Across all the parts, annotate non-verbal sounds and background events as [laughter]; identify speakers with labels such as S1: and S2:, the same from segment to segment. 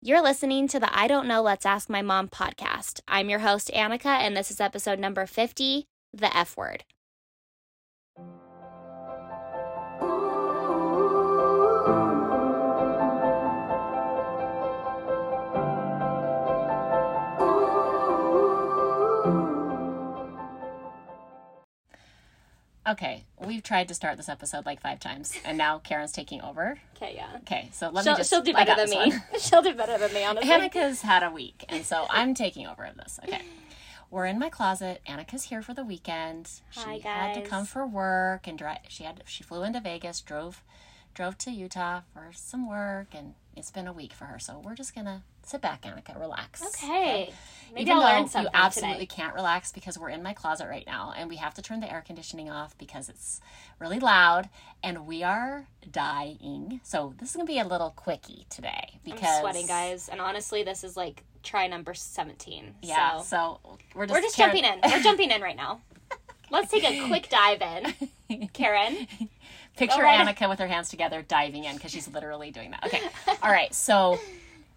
S1: You're listening to the I Don't Know Let's Ask My Mom podcast. I'm your host, Annika, and this is episode number 50 The F Word.
S2: Okay, we've tried to start this episode like five times, and now Karen's taking over.
S1: Okay, yeah.
S2: Okay, so let
S1: She'll,
S2: me just.
S1: she'll do
S2: I
S1: better
S2: got
S1: than
S2: this
S1: me. [laughs]
S2: one.
S1: She'll do better than me, [laughs] honestly.
S2: Annika's had a week, and so I'm taking over of this. Okay, we're in my closet. Annika's here for the weekend. She
S1: Hi,
S2: had to
S1: guys.
S2: come for work and drive. She had she flew into Vegas, drove drove to Utah for some work, and it's been a week for her. So we're just gonna sit back, Annika, relax.
S1: Okay. Maybe
S2: Even
S1: I'll
S2: though
S1: learn something
S2: you absolutely
S1: today.
S2: can't relax because we're in my closet right now and we have to turn the air conditioning off because it's really loud and we are dying. So this is gonna be a little quickie today because
S1: I'm sweating, guys. And honestly, this is like try number 17.
S2: Yeah,
S1: So
S2: so, we're just
S1: we're just
S2: Karen-
S1: jumping in. We're jumping in right [laughs] now. Let's take a quick dive [laughs] in. Karen,
S2: Picture
S1: right.
S2: Annika with her hands together diving in because she's literally doing that. Okay, all right. So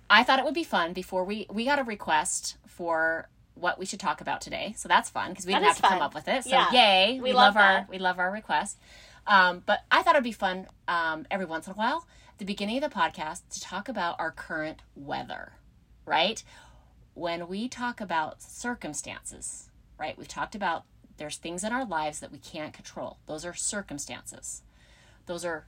S2: I thought it would be fun before we we got a request for what we should talk about today. So that's fun because we
S1: That
S2: didn't have
S1: is
S2: to
S1: fun.
S2: come up with it. So
S1: Yeah.
S2: yay,
S1: We love
S2: our
S1: that.
S2: we love our request. Um, but I thought it'd be fun um, every once in a while, at the beginning of the podcast, to talk about our current weather, right? when we talk about circumstances, right? We've talked about there's things in our lives that we can't control. Those are circumstances. Those are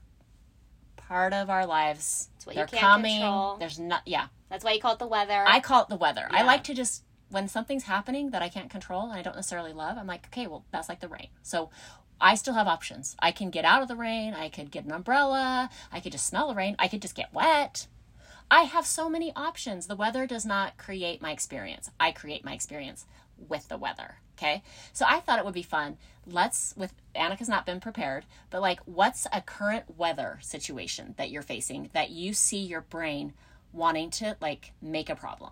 S2: part of our lives.
S1: what you
S2: They're
S1: can't
S2: coming.
S1: control.
S2: There's not yeah.
S1: that's why you call it the weather.
S2: I call it the weather. I
S1: Yeah.
S2: like to just when something's happening that I can't control and I don't necessarily love, I'm like, okay, well, that's like the rain. So I still have options. I can get out of the rain. I could get an umbrella. I could just smell the rain. I could just get wet. I have so many options. The weather does not create my experience. I create my experience with the weather. Okay. So I thought it would be fun. Let's, with Annika's not been prepared, but like, what's a current weather situation that you're facing that you see your brain wanting to like make a problem?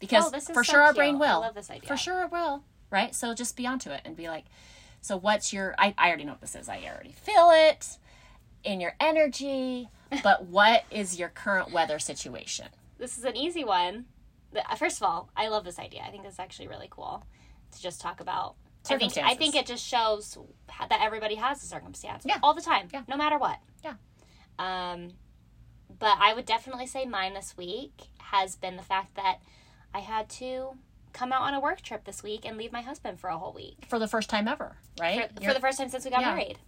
S2: Because
S1: Oh, this is
S2: for
S1: so
S2: sure our
S1: cute.
S2: brain
S1: I
S2: will.
S1: love this idea.
S2: For sure it will. Right. So just be onto it and be like, so what's your, I, I already know what this is. I already feel it in your energy, but what is your current weather situation?
S1: this is an easy one. The- uh, First of all, I love this idea. I think it's actually really cool to just talk about. I think, I
S2: Circumstances.
S1: think it just shows how- that everybody has a circumstance
S2: Yeah.
S1: all the time,
S2: Yeah.
S1: no matter what.
S2: Yeah.
S1: Um, but I would definitely say mine this week has been the fact that I had to come out on a work trip this week and leave my husband for a whole week
S2: For the first time ever, right?
S1: for,
S2: Your-
S1: for the first time since we got
S2: Yeah.
S1: married.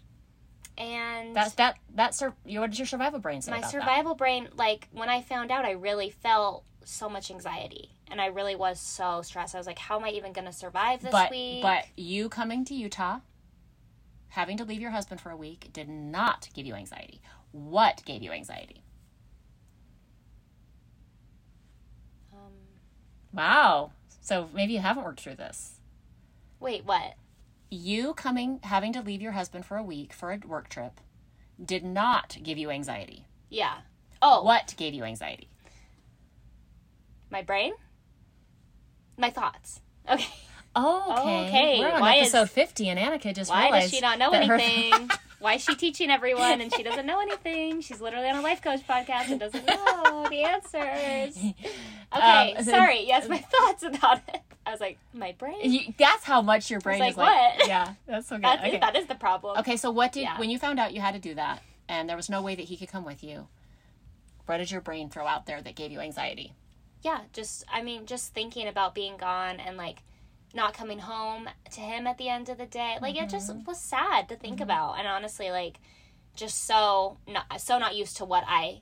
S1: And
S2: that that that sur- your, what did your survival brain say
S1: my
S2: about
S1: survival brain like when i found out i really felt so much anxiety and i really was so stressed i was like how am i even going to survive this
S2: that? But
S1: week
S2: but you coming to Utah, having to leave your husband for a week, did not give you anxiety. What gave you anxiety?
S1: um,
S2: Wow. So maybe you haven't worked through this.
S1: wait what
S2: You coming having to leave your husband for a week for a work trip did not give you anxiety.
S1: yeah oh
S2: What gave you anxiety?
S1: my brain my thoughts okay [laughs]
S2: Oh, okay.
S1: Okay,
S2: We're on
S1: why is-
S2: episode 50, and Annika just
S1: why
S2: realized
S1: does she not know
S2: that her- [laughs]
S1: anything why is she teaching everyone and she doesn't know anything she's literally on a life coach podcast and doesn't know the answers okay
S2: [laughs] Um, [laughs]
S1: sorry yes my [laughs] thoughts about it i was like my brain
S2: You- that's how much your brain
S1: like,
S2: is like.
S1: what?
S2: Yeah, that's
S1: [laughs]
S2: so good.
S1: That's,
S2: okay.
S1: that is the problem
S2: okay, so what did
S1: Yeah.
S2: when you found out you had to do that, and there was no way that he could come with you? What did your brain throw out there that gave you anxiety?
S1: yeah, just I mean, just thinking about being gone and like not coming home to him at the end of the day, like it just
S2: Mm-hmm.
S1: was sad to think about. And honestly, like just so not so not used to what I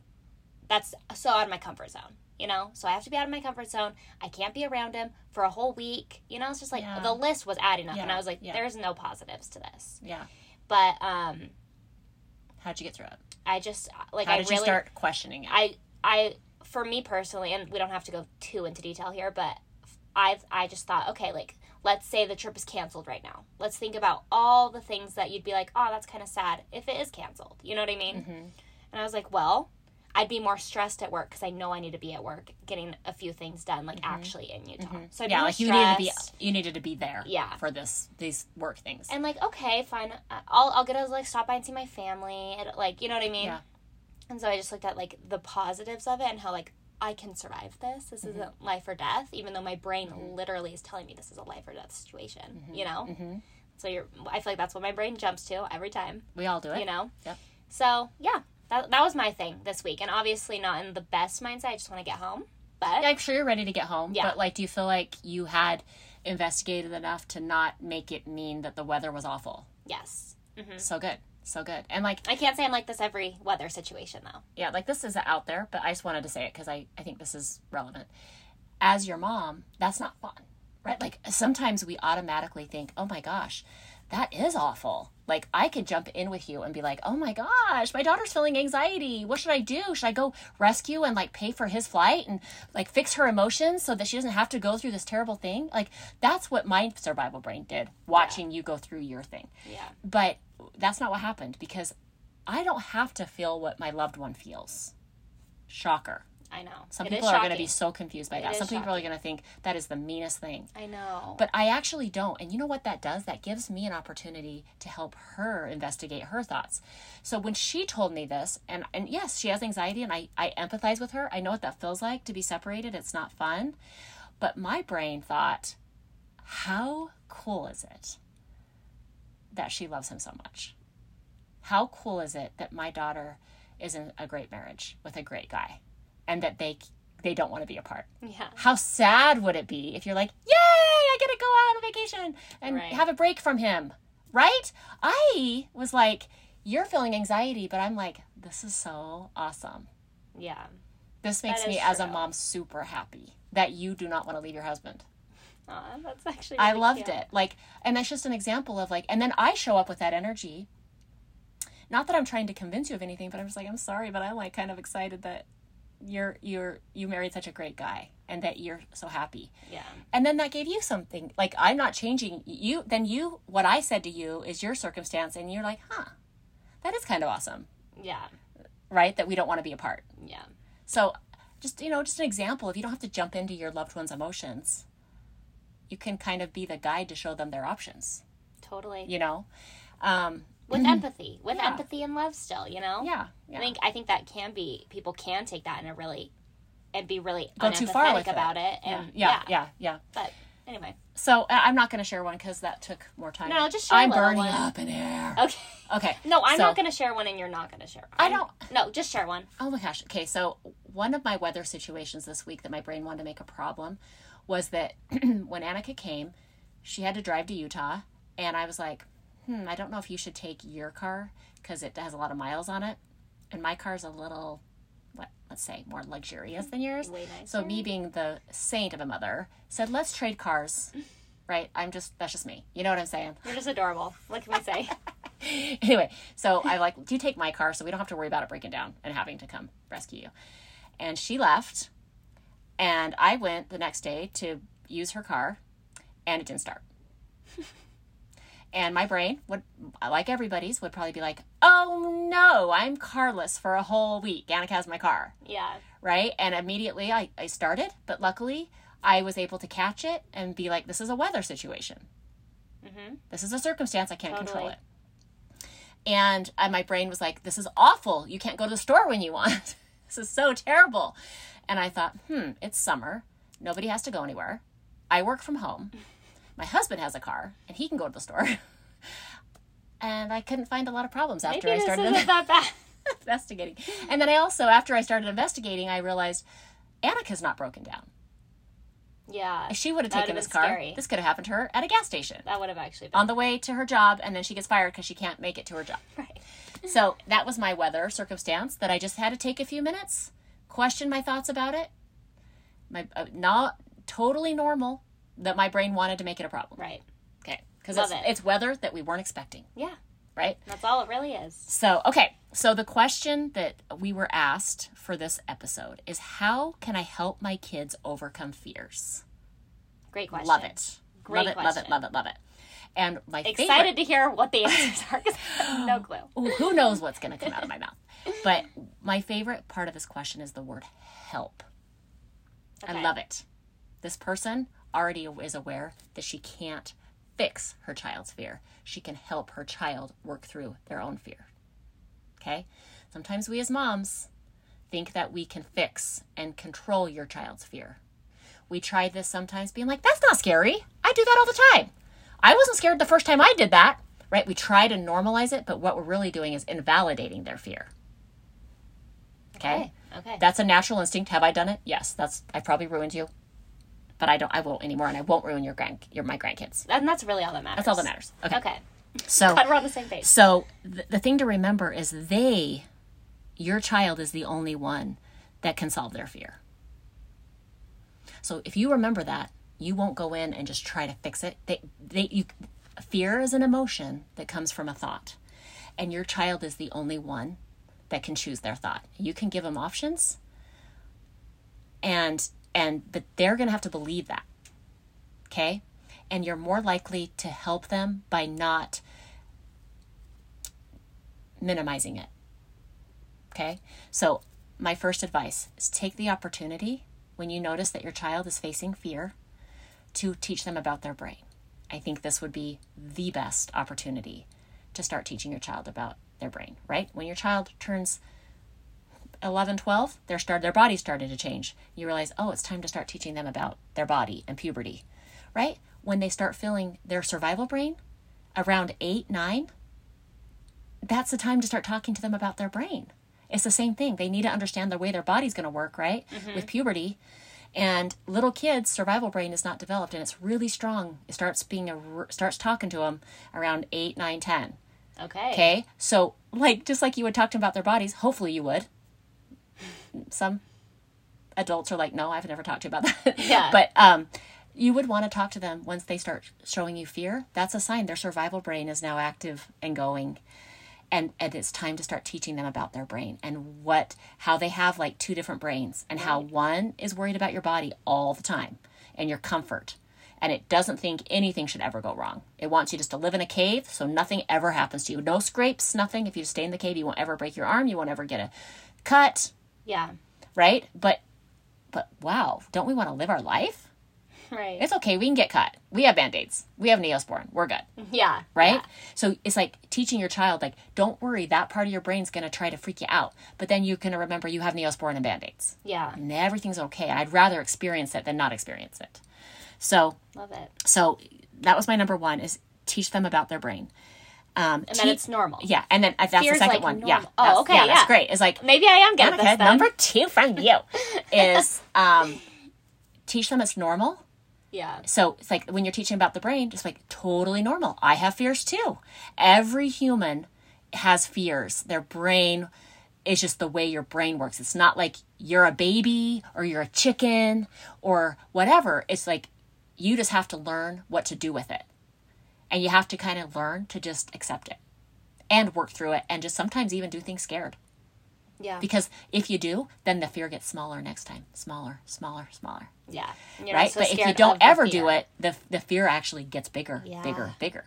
S1: that's so out of my comfort zone. You know, so I have to be out of my comfort zone. I can't be around him for a whole week. You know, it's just like
S2: Yeah.
S1: the list was adding up, and
S2: Yeah,
S1: I was like,
S2: yeah.
S1: "There's no positives to this."
S2: Yeah,
S1: But um,
S2: how'd you get through it?
S1: I just like
S2: How
S1: I
S2: did
S1: really
S2: you start questioning it?
S1: I I for me personally, and we don't have to go too into detail here, but I I just thought, okay, like let's say the trip is canceled right now. Let's think about all the things that you'd be like, oh, that's kind of sad if it is canceled. You know what I mean?
S2: Mm-hmm.
S1: And I was like, well, I'd be more stressed at work because I know I need to be at work getting a few things done, like actually in Utah. So I'd be
S2: Mm-hmm. yeah,
S1: more
S2: like you needed to be
S1: stressed.
S2: you needed to be there.
S1: Yeah.
S2: for this these work things.
S1: And like, okay, fine. I'll I'll get to like stop by and see my family. And like, you know what I mean?
S2: Yeah.
S1: And so I just looked at like the positives of it and how like I can survive this. This
S2: Mm-hmm.
S1: isn't life or death, even though my brain literally is telling me this is a life or death situation.
S2: Mm-hmm.
S1: You know, so you're. I feel like that's what my brain jumps to every time.
S2: We all do it.
S1: You know.
S2: Yep.
S1: So yeah, that that was my thing this week, and obviously not in the best mindset. I just want to get home, but
S2: I'm sure you're ready to get home.
S1: Yeah.
S2: But like, do you feel like you had investigated enough to not make it mean that the weather was awful?
S1: yes, hmm
S2: So good. So good. And like,
S1: I can't say I'm like this every weather situation though.
S2: yeah, like this is out there, but I just wanted to say it because I, I think this is relevant. As your mom, that's not fun, right? Like sometimes we automatically think, oh my gosh, that is awful. Like I could jump in with you and be like, oh my gosh, my daughter's feeling anxiety. What should I do? Should I go rescue and like pay for his flight and like fix her emotions so that she doesn't have to go through this terrible thing? Like that's what my survival brain did watching you go through your thing.
S1: Yeah,
S2: But that's not what happened because I don't have to feel what my loved one feels. Shocker.
S1: I know.
S2: Some
S1: It is
S2: people are going to
S1: shocking.
S2: be so confused by that.
S1: is
S2: Some people are going to think that is the meanest thing.
S1: I know.
S2: But I actually don't. And you know what that does? That gives me an opportunity to help her investigate her thoughts. So when she told me this, and, and yes, she has anxiety, and I, I empathize with her. I know what that feels like to be separated. It's not fun. But my brain thought, how cool is it that she loves him so much? How cool is it that my daughter is in a great marriage with a great guy and that they they don't want to be apart?
S1: yeah,
S2: how sad would it be if you're like, yay, I get to go out on vacation and
S1: Right.
S2: have a break from him, right? I was like, you're feeling anxiety, but I'm like, this is so awesome.
S1: yeah.
S2: This makes
S1: That
S2: me,
S1: is
S2: as a
S1: true.
S2: mom, super happy that you do not want to leave your husband.
S1: Aw, that's actually.
S2: I
S1: really
S2: loved
S1: cute.
S2: it. Like, and that's just an example of like, and then I show up with that energy. Not that I'm trying to convince you of anything, but I'm just like, I'm sorry, but I'm like kind of excited that you're you're you married such a great guy and that you're so happy.
S1: Yeah,
S2: and then that gave you something like i'm not changing you then you what i said to you is your circumstance and you're like huh that is kind of awesome
S1: yeah,
S2: right that we don't want to be apart
S1: yeah.
S2: so just you know just an example if you don't have to jump into your loved one's emotions you can kind of be the guide to show them their options
S1: Totally.
S2: you know um
S1: With empathy, with
S2: Yeah.
S1: empathy and love, still, you know.
S2: yeah, yeah.
S1: I think I think that can be people can take that in a really and be really
S2: Go
S1: unempathetic
S2: too far with it.
S1: about it.
S2: Um, yeah,
S1: And
S2: yeah, yeah, yeah.
S1: But anyway,
S2: So I- I'm not going to share one because that took more time.
S1: No, just share
S2: I'm
S1: a little
S2: burning
S1: one.
S2: up in air.
S1: okay. [laughs]
S2: Okay.
S1: No, I'm
S2: so-
S1: not going to share one, and you're not going to share.
S2: I
S1: I'm-
S2: don't-
S1: No, just share one.
S2: Oh my gosh. Okay, so one of my weather situations this week that my brain wanted to make a problem was that [clears throat] when Annika came, she had to drive to Utah, and I was like, hmm, I don't know if you should take your car because it has a lot of miles on it, and my car's a little, what, let's say, more luxurious than yours.
S1: Way nicer.
S2: So me being the saint of a mother said, let's trade cars. Right? I'm just, that's just me. You know what I'm saying?
S1: You're just adorable. What can we
S2: [laughs]
S1: say?
S2: anyway, so I like, do you take my car so we don't have to worry about it breaking down and having to come rescue you? And she left, and I went the next day to use her car, and it didn't start. and my brain would, like everybody's, would probably be like, "Oh no, I'm carless for a whole week. Annika has my car."
S1: yeah.
S2: right? And immediately I, I started, but luckily I was able to catch it and be like, this is a weather situation.
S1: Mhm.
S2: This is a circumstance. I can't control
S1: Totally.
S2: it. And, and my brain was like, this is awful. You can't go to the store when you want. [laughs] this is so terrible. And I thought, hmm, it's summer. Nobody has to go anywhere. I work from home. My husband has a car and he can go to the store. [laughs] and I couldn't find a lot of problems after
S1: Maybe
S2: I
S1: this
S2: started
S1: isn't that bad.
S2: investigating. And then I also, after I started investigating, I realized Annika's not broken down.
S1: Yeah.
S2: [laughs] If she would have
S1: That
S2: taken
S1: would've
S2: this
S1: been
S2: car,
S1: scary.
S2: this could have happened to her at a gas station
S1: That would have actually been
S2: on the way to her job, and then she gets fired because she can't make it to her job.
S1: [laughs] right.
S2: So that was my weather circumstance that I just had to take a few minutes, question my thoughts about it. My uh, not totally normal that my brain wanted to make it a problem.
S1: Right.
S2: Okay, because
S1: Love
S2: it's,
S1: it.
S2: it's weather that we weren't expecting,
S1: Yeah.
S2: right?
S1: That's all it really is.
S2: So, okay. So, the question that we were asked for this episode is How can I help my kids overcome fears?
S1: Great question.
S2: Love it.
S1: Great
S2: love it,
S1: question.
S2: love it, love it, love it. And my [laughs]
S1: Excited to hear what the answers are 'cause I have
S2: [sighs]
S1: no clue.
S2: favorite, who knows what's going to come out of my mouth? But my favorite part of this question is the word help. I
S1: Okay.
S2: love it. This person already is aware that she can't fix her child's fear. She can help her child work through their own fear. Okay? Sometimes we as moms think that we can fix and control your child's fear. We try this sometimes being like, that's not scary. I do that all the time. I wasn't scared the first time I did that, right? We try to normalize it, but what we're really doing is invalidating their fear. Okay?
S1: Okay.
S2: That's a natural instinct. Have I done it? Yes. That's I probably ruined you. But I don't I won't anymore and I won't ruin your grand your my grandkids.
S1: and that's really all that matters.
S2: That's all that Oh. matters. Okay.
S1: Okay.
S2: So
S1: But we're on the same page.
S2: so the, the thing to remember is they, your child is the only one that can solve their fear. So if you remember that, you won't go in and just try to fix it. They, they, you, fear is an emotion that comes from a thought, and your child is the only one that can choose their thought. You can give them options, and and but they're gonna have to believe that okay? And you're more likely to help them by not minimizing it. Okay? So, my first advice is take the opportunity when you notice that your child is facing fear to teach them about their brain. I think this would be the best opportunity to start teaching your child about their brain, right? When your child turns 11 12 their start their body started to change you realize oh it's time to start teaching them about their body and puberty right when they start feeling their survival brain around 8 9 that's the time to start talking to them about their brain it's the same thing they need to understand the way their body's going to work right with puberty and little kids survival brain is not developed and it's really strong it starts being a r- starts talking to them around 8 9 10
S1: Okay.
S2: Okay. So, like, just like you would talk to them about their bodies, hopefully you would. Some adults are like, no, I've never talked to you about that. [laughs]
S1: Yeah.
S2: but um, you would want to talk to them once they start showing you fear. That's a sign their survival brain is now active and going. And, and it's time to start teaching them about their brain and what how they have like two different brains and how one is worried about your body all the time and your comfort and it doesn't think anything should ever go wrong. It wants you just to live in a cave so nothing ever happens to you. No scrapes, nothing. If you stay in the cave, you won't ever break your arm, you won't ever get a cut,
S1: Yeah. [laughs]
S2: right? But but wow, don't we want to live our life?
S1: Right.
S2: It's okay, we can get cut. We have band-aids. We have neosporin. We're good
S1: yeah.
S2: right? So it's like teaching your child, like, don't worry, that part of your brain's gonna try to freak you out. But then you can remember you have neosporin and band aids.
S1: Yeah.
S2: And everything's okay. I'd rather experience it than not experience it. So
S1: Love it.
S2: so that was my number one is teach them about their brain. Um
S1: And then it's normal.
S2: yeah, and then uh, that's
S1: Fear's
S2: the second
S1: like
S2: one.
S1: normal.
S2: Yeah.
S1: Oh,
S2: that's-
S1: okay,
S2: Yeah,
S1: yeah.
S2: that's great. It's like
S1: Maybe I am getting
S2: Monica,
S1: this then.
S2: number two from you is um teach them it's normal
S1: yeah.
S2: so it's like when you're teaching about the brain, just like totally normal. I have fears too. Every human has fears. Their brain is just the way your brain works. It's not like you're a baby or you're a chicken or whatever. It's like you just have to learn what to do with it. And you have to kind of learn to just accept it and work through it and just sometimes even do things scared.
S1: Yeah.
S2: Because if you do, then the fear gets smaller next time. Smaller, smaller, smaller
S1: yeah. You're not
S2: right?
S1: so
S2: but if you
S1: scared
S2: don't
S1: of the
S2: ever
S1: fear.
S2: do it, the the fear actually gets bigger,
S1: Yeah.
S2: bigger, bigger.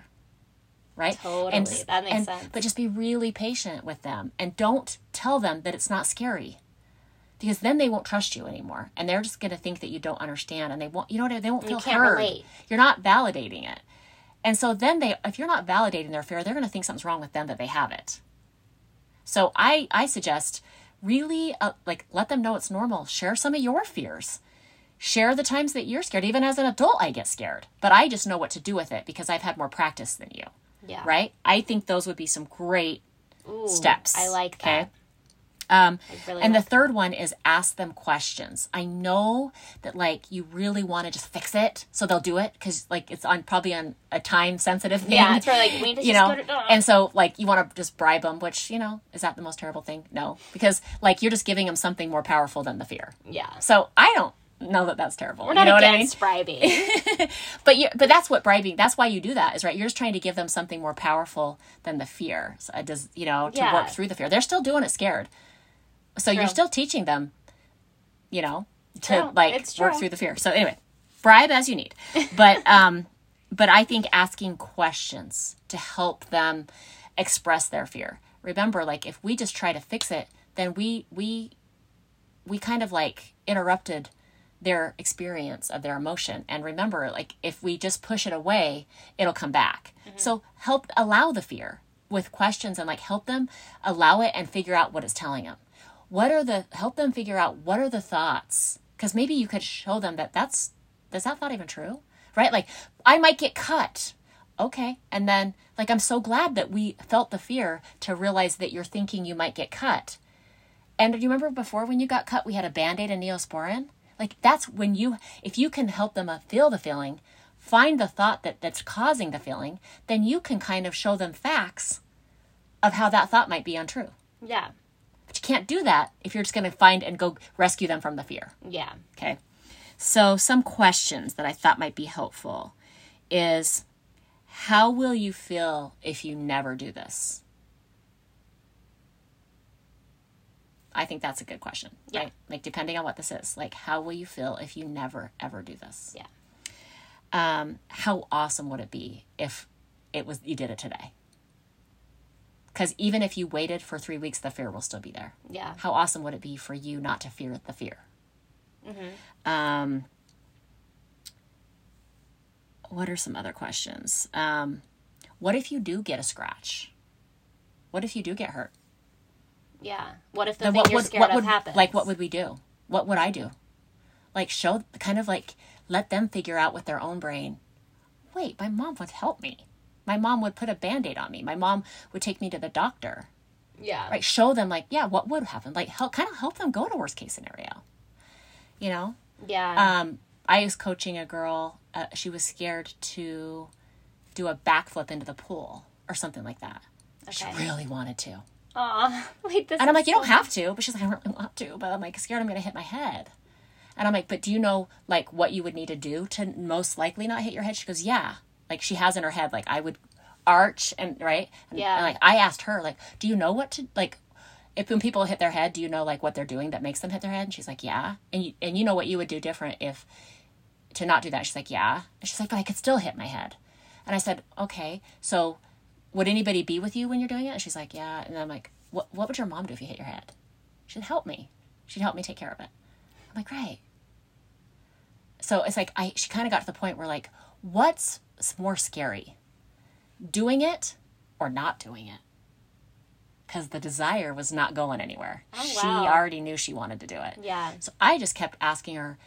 S2: Right?
S1: Totally.
S2: And,
S1: That makes
S2: and-
S1: sense.
S2: But just be really patient with them and don't tell them that it's not scary. Because then they won't trust you anymore, and they're just going to think that you don't understand, and they won't. You know what? They won't feel
S1: can't
S2: heard.
S1: relate.
S2: You're not validating it, and so then they, if you're not validating their fear, they're going to think something's wrong with them that they have it. So I, I suggest really uh, like let them know it's normal. Share some of your fears share the times that you're scared. Even as an adult, I get scared, but I just know what to do with it because I've had more practice than you,
S1: Yeah.
S2: right? I think those would be some great
S1: Ooh,
S2: steps.
S1: I like that.
S2: Okay. Um,
S1: really
S2: and
S1: like
S2: the third one is ask them questions. I know that like you really want to just fix it, so they'll do it because like it's on probably on a time sensitive thing. [laughs]
S1: Yeah, it's really like, we need to uh,
S2: you
S1: just
S2: know,
S1: put it down.
S2: and so like you want to just bribe them, which you know is that the most terrible thing? No, because like you're just giving them something more powerful than the fear.
S1: yeah.
S2: So I don't know that that's terrible.
S1: We're not
S2: you know
S1: against
S2: [laughs]
S1: bribing.
S2: But you, but that's what bribing. That's why you do that is right. You're just trying to give them something more powerful than the fear. So it does you know to
S1: Yeah.
S2: work through the fear. They're still doing it scared. So you're
S1: True.
S2: still teaching them, you know, to
S1: True.
S2: like
S1: It's
S2: work
S1: true.
S2: through the fear. So anyway, bribe as you need.
S1: [laughs]
S2: But um, but I think asking questions to help them express their fear. Remember, like if we just try to fix it, then we we we kind of like interrupted their experience of their emotion and remember like if we just push it away it'll come back so help allow the fear with questions and like help them allow it and figure out what it's telling them what are the help them figure out what are the thoughts because maybe you could show them that that's is that thought even true right like i might get cut okay and then like i'm so glad that we felt the fear to realize that you're thinking you might get cut and do you remember before when you got cut we had a band-aid and neosporin like that's when you if you can help them uh, feel the feeling find the thought that that's causing the feeling then you can kind of show them facts of how that thought might be untrue
S1: Yeah.
S2: but you can't do that if you're just going to find and go rescue them from the fear
S1: Yeah.
S2: Okay. So, some questions that I thought might be helpful is how will you feel if you never do this? I think that's a good question.
S1: Yeah.
S2: Right? Like, depending on what this is, like, how will you feel if you never, ever do this?
S1: Yeah.
S2: Um, how awesome would it be if it was you did it today? Because even if you waited for three weeks, the fear will still be there
S1: Yeah.
S2: how awesome would it be for you not to fear the fear?
S1: Mm-hmm.
S2: Um, what are some other questions? Um, what if you do get a scratch? What if you do get hurt?
S1: Yeah. What if the
S2: Then
S1: thing
S2: what
S1: you're
S2: would
S1: scared
S2: what
S1: of
S2: would
S1: happens?
S2: like what would we do? What would I do? Like show kind of like let them figure out with their own brain. Wait, my mom would help me. My mom would put a band-aid on me. My mom would take me to the doctor
S1: Yeah.
S2: right show them like yeah what would happen like help kind of help them go to worst case scenario you know
S1: Yeah.
S2: um i was coaching a girl uh, she was scared to do a backflip into the pool or something like that she
S1: Okay.
S2: really wanted to
S1: Aw. [laughs] Wait, this
S2: and i'm
S1: is
S2: like you don't have to but she's like i really want to but i'm like scared i'm gonna hit my head and i'm like but do you know like what you would need to do to most likely not hit your head she goes yeah like she has in her head like i would arch and right and,
S1: Yeah.
S2: and like i asked her like do you know what to like if when people hit their head do you know like what they're doing that makes them hit their head and she's like yeah and you, and you know what you would do different if to not do that she's like yeah and she's like but i could still hit my head and i said okay so would anybody be with you when you're doing it and she's like yeah and i'm like what, what would your mom do if you hit your head she'd help me she'd help me take care of it i'm like right so it's like I she kind of got to the point where like what's s- more scary doing it or not doing it because the desire was not going anywhere she
S1: Oh, wow.
S2: already knew she wanted to do it
S1: Yeah.
S2: so I just kept asking her,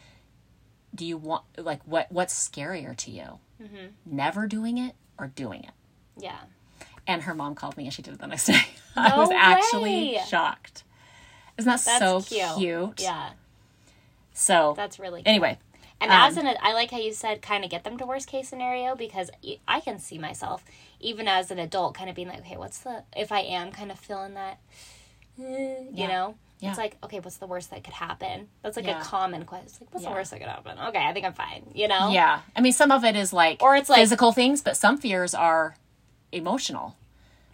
S2: "Do you want like what? What's scarier to you?
S1: Mm-hmm.
S2: Never doing it or doing it?"
S1: Yeah.
S2: And her mom called me, and she did it the next [laughs] day. I was
S1: No
S2: actually
S1: way.
S2: shocked. Isn't that
S1: That's
S2: so
S1: cute.
S2: cute?
S1: Yeah.
S2: So
S1: That's really cute.
S2: anyway, um,
S1: And as an, I like how you said kind of get them to worst case scenario because y- I can see myself, even as an adult, kind of being like, okay, what's the, if I am kind of feeling that, eh, you know?
S2: Yeah.
S1: It's like, okay, what's the worst that could happen? That's like
S2: Yeah.
S1: a common question. It's like, what's
S2: Yeah.
S1: the worst that could happen? Okay, I think I'm fine, you know?
S2: yeah. I mean, some of it is like
S1: Or it's like-
S2: physical things, but some fears are emotional.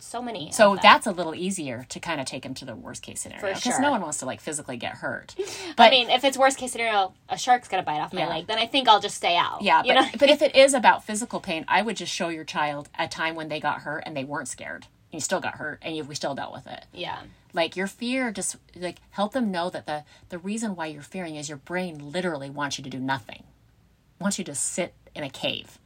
S1: So many. of
S2: So
S1: them.
S2: that's a little easier to kind of take them to the worst case scenario because
S1: sure.
S2: no one wants to like physically get hurt.
S1: [laughs] I mean, if it's worst case scenario, a shark's gonna bite off my
S2: Yeah.
S1: leg, then I think I'll just stay out.
S2: Yeah, but,
S1: you know? [laughs]
S2: but if it is about physical pain, I would just show your child a time when they got hurt and they weren't scared. And you still got hurt and you, we still dealt with it.
S1: yeah,
S2: Like your fear, just like help them know that the, the reason why you're fearing is your brain literally wants you to do nothing, wants you to sit in a cave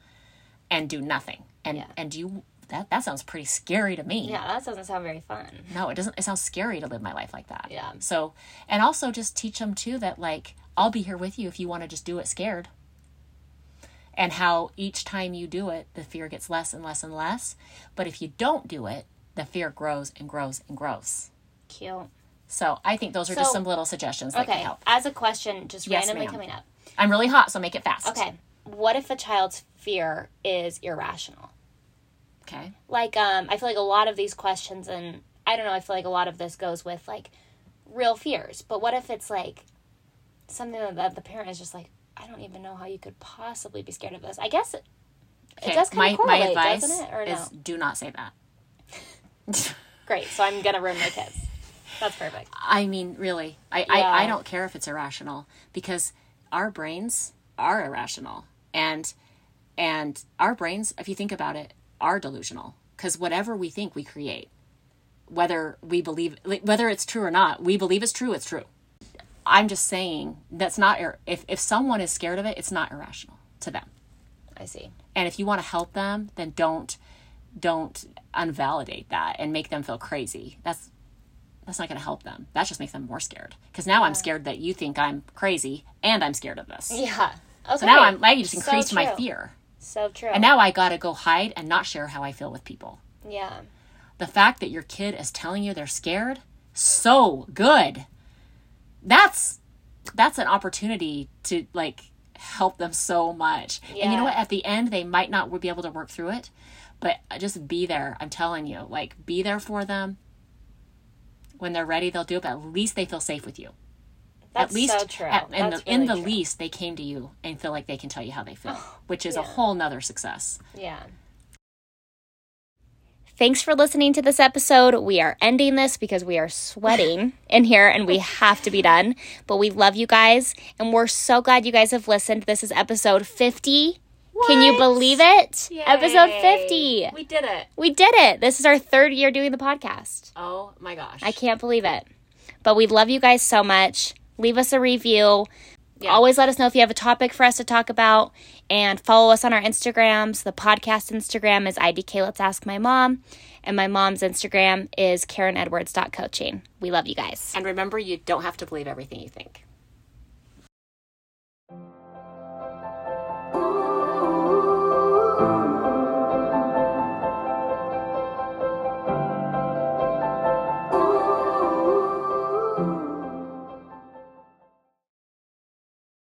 S2: and do nothing. And,
S1: Yeah.
S2: and you, that, that sounds pretty scary to me
S1: yeah, that doesn't sound very fun.
S2: no, it doesn't. It sounds scary to live my life like that.
S1: Yeah.
S2: So, and also just teach them too that like I'll be here with you if you want to just do it scared. And how each time you do it, the fear gets less and less and less. But if you don't do it, the fear grows and grows and grows.
S1: Cute.
S2: So I think those are just
S1: So-
S2: some little suggestions that can
S1: Okay,
S2: help.
S1: as a question, just
S2: Yes,
S1: randomly
S2: ma'am.
S1: coming up.
S2: I'm really hot, so make it fast.
S1: Okay, what if a child's fear is irrational?
S2: Okay.
S1: Like, um, I feel like a lot of these questions, and I don't know, I feel like a lot of this goes with like real fears. But what if it's like something that- that the parent is just like, I don't even know how you could possibly be scared of this. I guess it,
S2: Okay,
S1: it does kind
S2: my,
S1: of
S2: my
S1: correlate,
S2: advice
S1: doesn't it? Or no?
S2: is do not say that.
S1: Great. So I'm gonna ruin my kids. That's perfect.
S2: I mean, really, I,
S1: Yeah.
S2: I, I don't care if it's irrational because our brains are irrational, and and our brains, if you think about it, are delusional because whatever we think, we create. Whether we believe, like, whether it's true or not, we believe it's true. It's true. I'm just saying that's not ir- if if someone is scared of it, it's not irrational to them.
S1: I see.
S2: And if you want to help them, then don't don't unvalidate that and make them feel crazy. That's that's not going to help them. That just makes them more scared. Because now I'm scared that you think I'm crazy and I'm scared of this.
S1: Yeah. Okay.
S2: So now I'm, now you just
S1: So
S2: increased my
S1: true.
S2: fear.
S1: So true.
S2: And now I got to go hide and not share how I feel with people.
S1: yeah.
S2: The fact that your kid is telling you they're scared, so good. That's that's an opportunity to like help them so much. And you
S1: Yeah.
S2: know what? At the end, they might not be able to work through it, but just be there. I'm telling you, like be there for them. When they're ready, they'll do it. But at least they feel safe with you.
S1: That's
S2: at least,
S1: so true.
S2: at- in
S1: That's
S2: the, in
S1: really
S2: the
S1: true.
S2: least, they came to you and feel like they can tell you how they feel, which is a whole nother success.
S1: Yeah. Thanks for listening to this episode. We are ending this because we are
S2: [laughs]
S1: sweating in here and we have to be done. But we love you guys and we're so glad you guys have listened. This is episode 50. Can you
S2: What?
S1: believe it? Episode 50.
S2: We did it.
S1: We did it. This is our third year doing the podcast.
S2: Oh my gosh.
S1: I can't believe it. But we love you guys so much. Leave us a review.
S2: Yeah.
S1: Always let us know if you have a topic for us to talk about and follow us on our Instagrams. The podcast Instagram is IDK Let's Ask My Mom, and my mom's Instagram is KarenEdwards.coaching. We love you guys.
S2: And remember, you don't have to believe everything you think.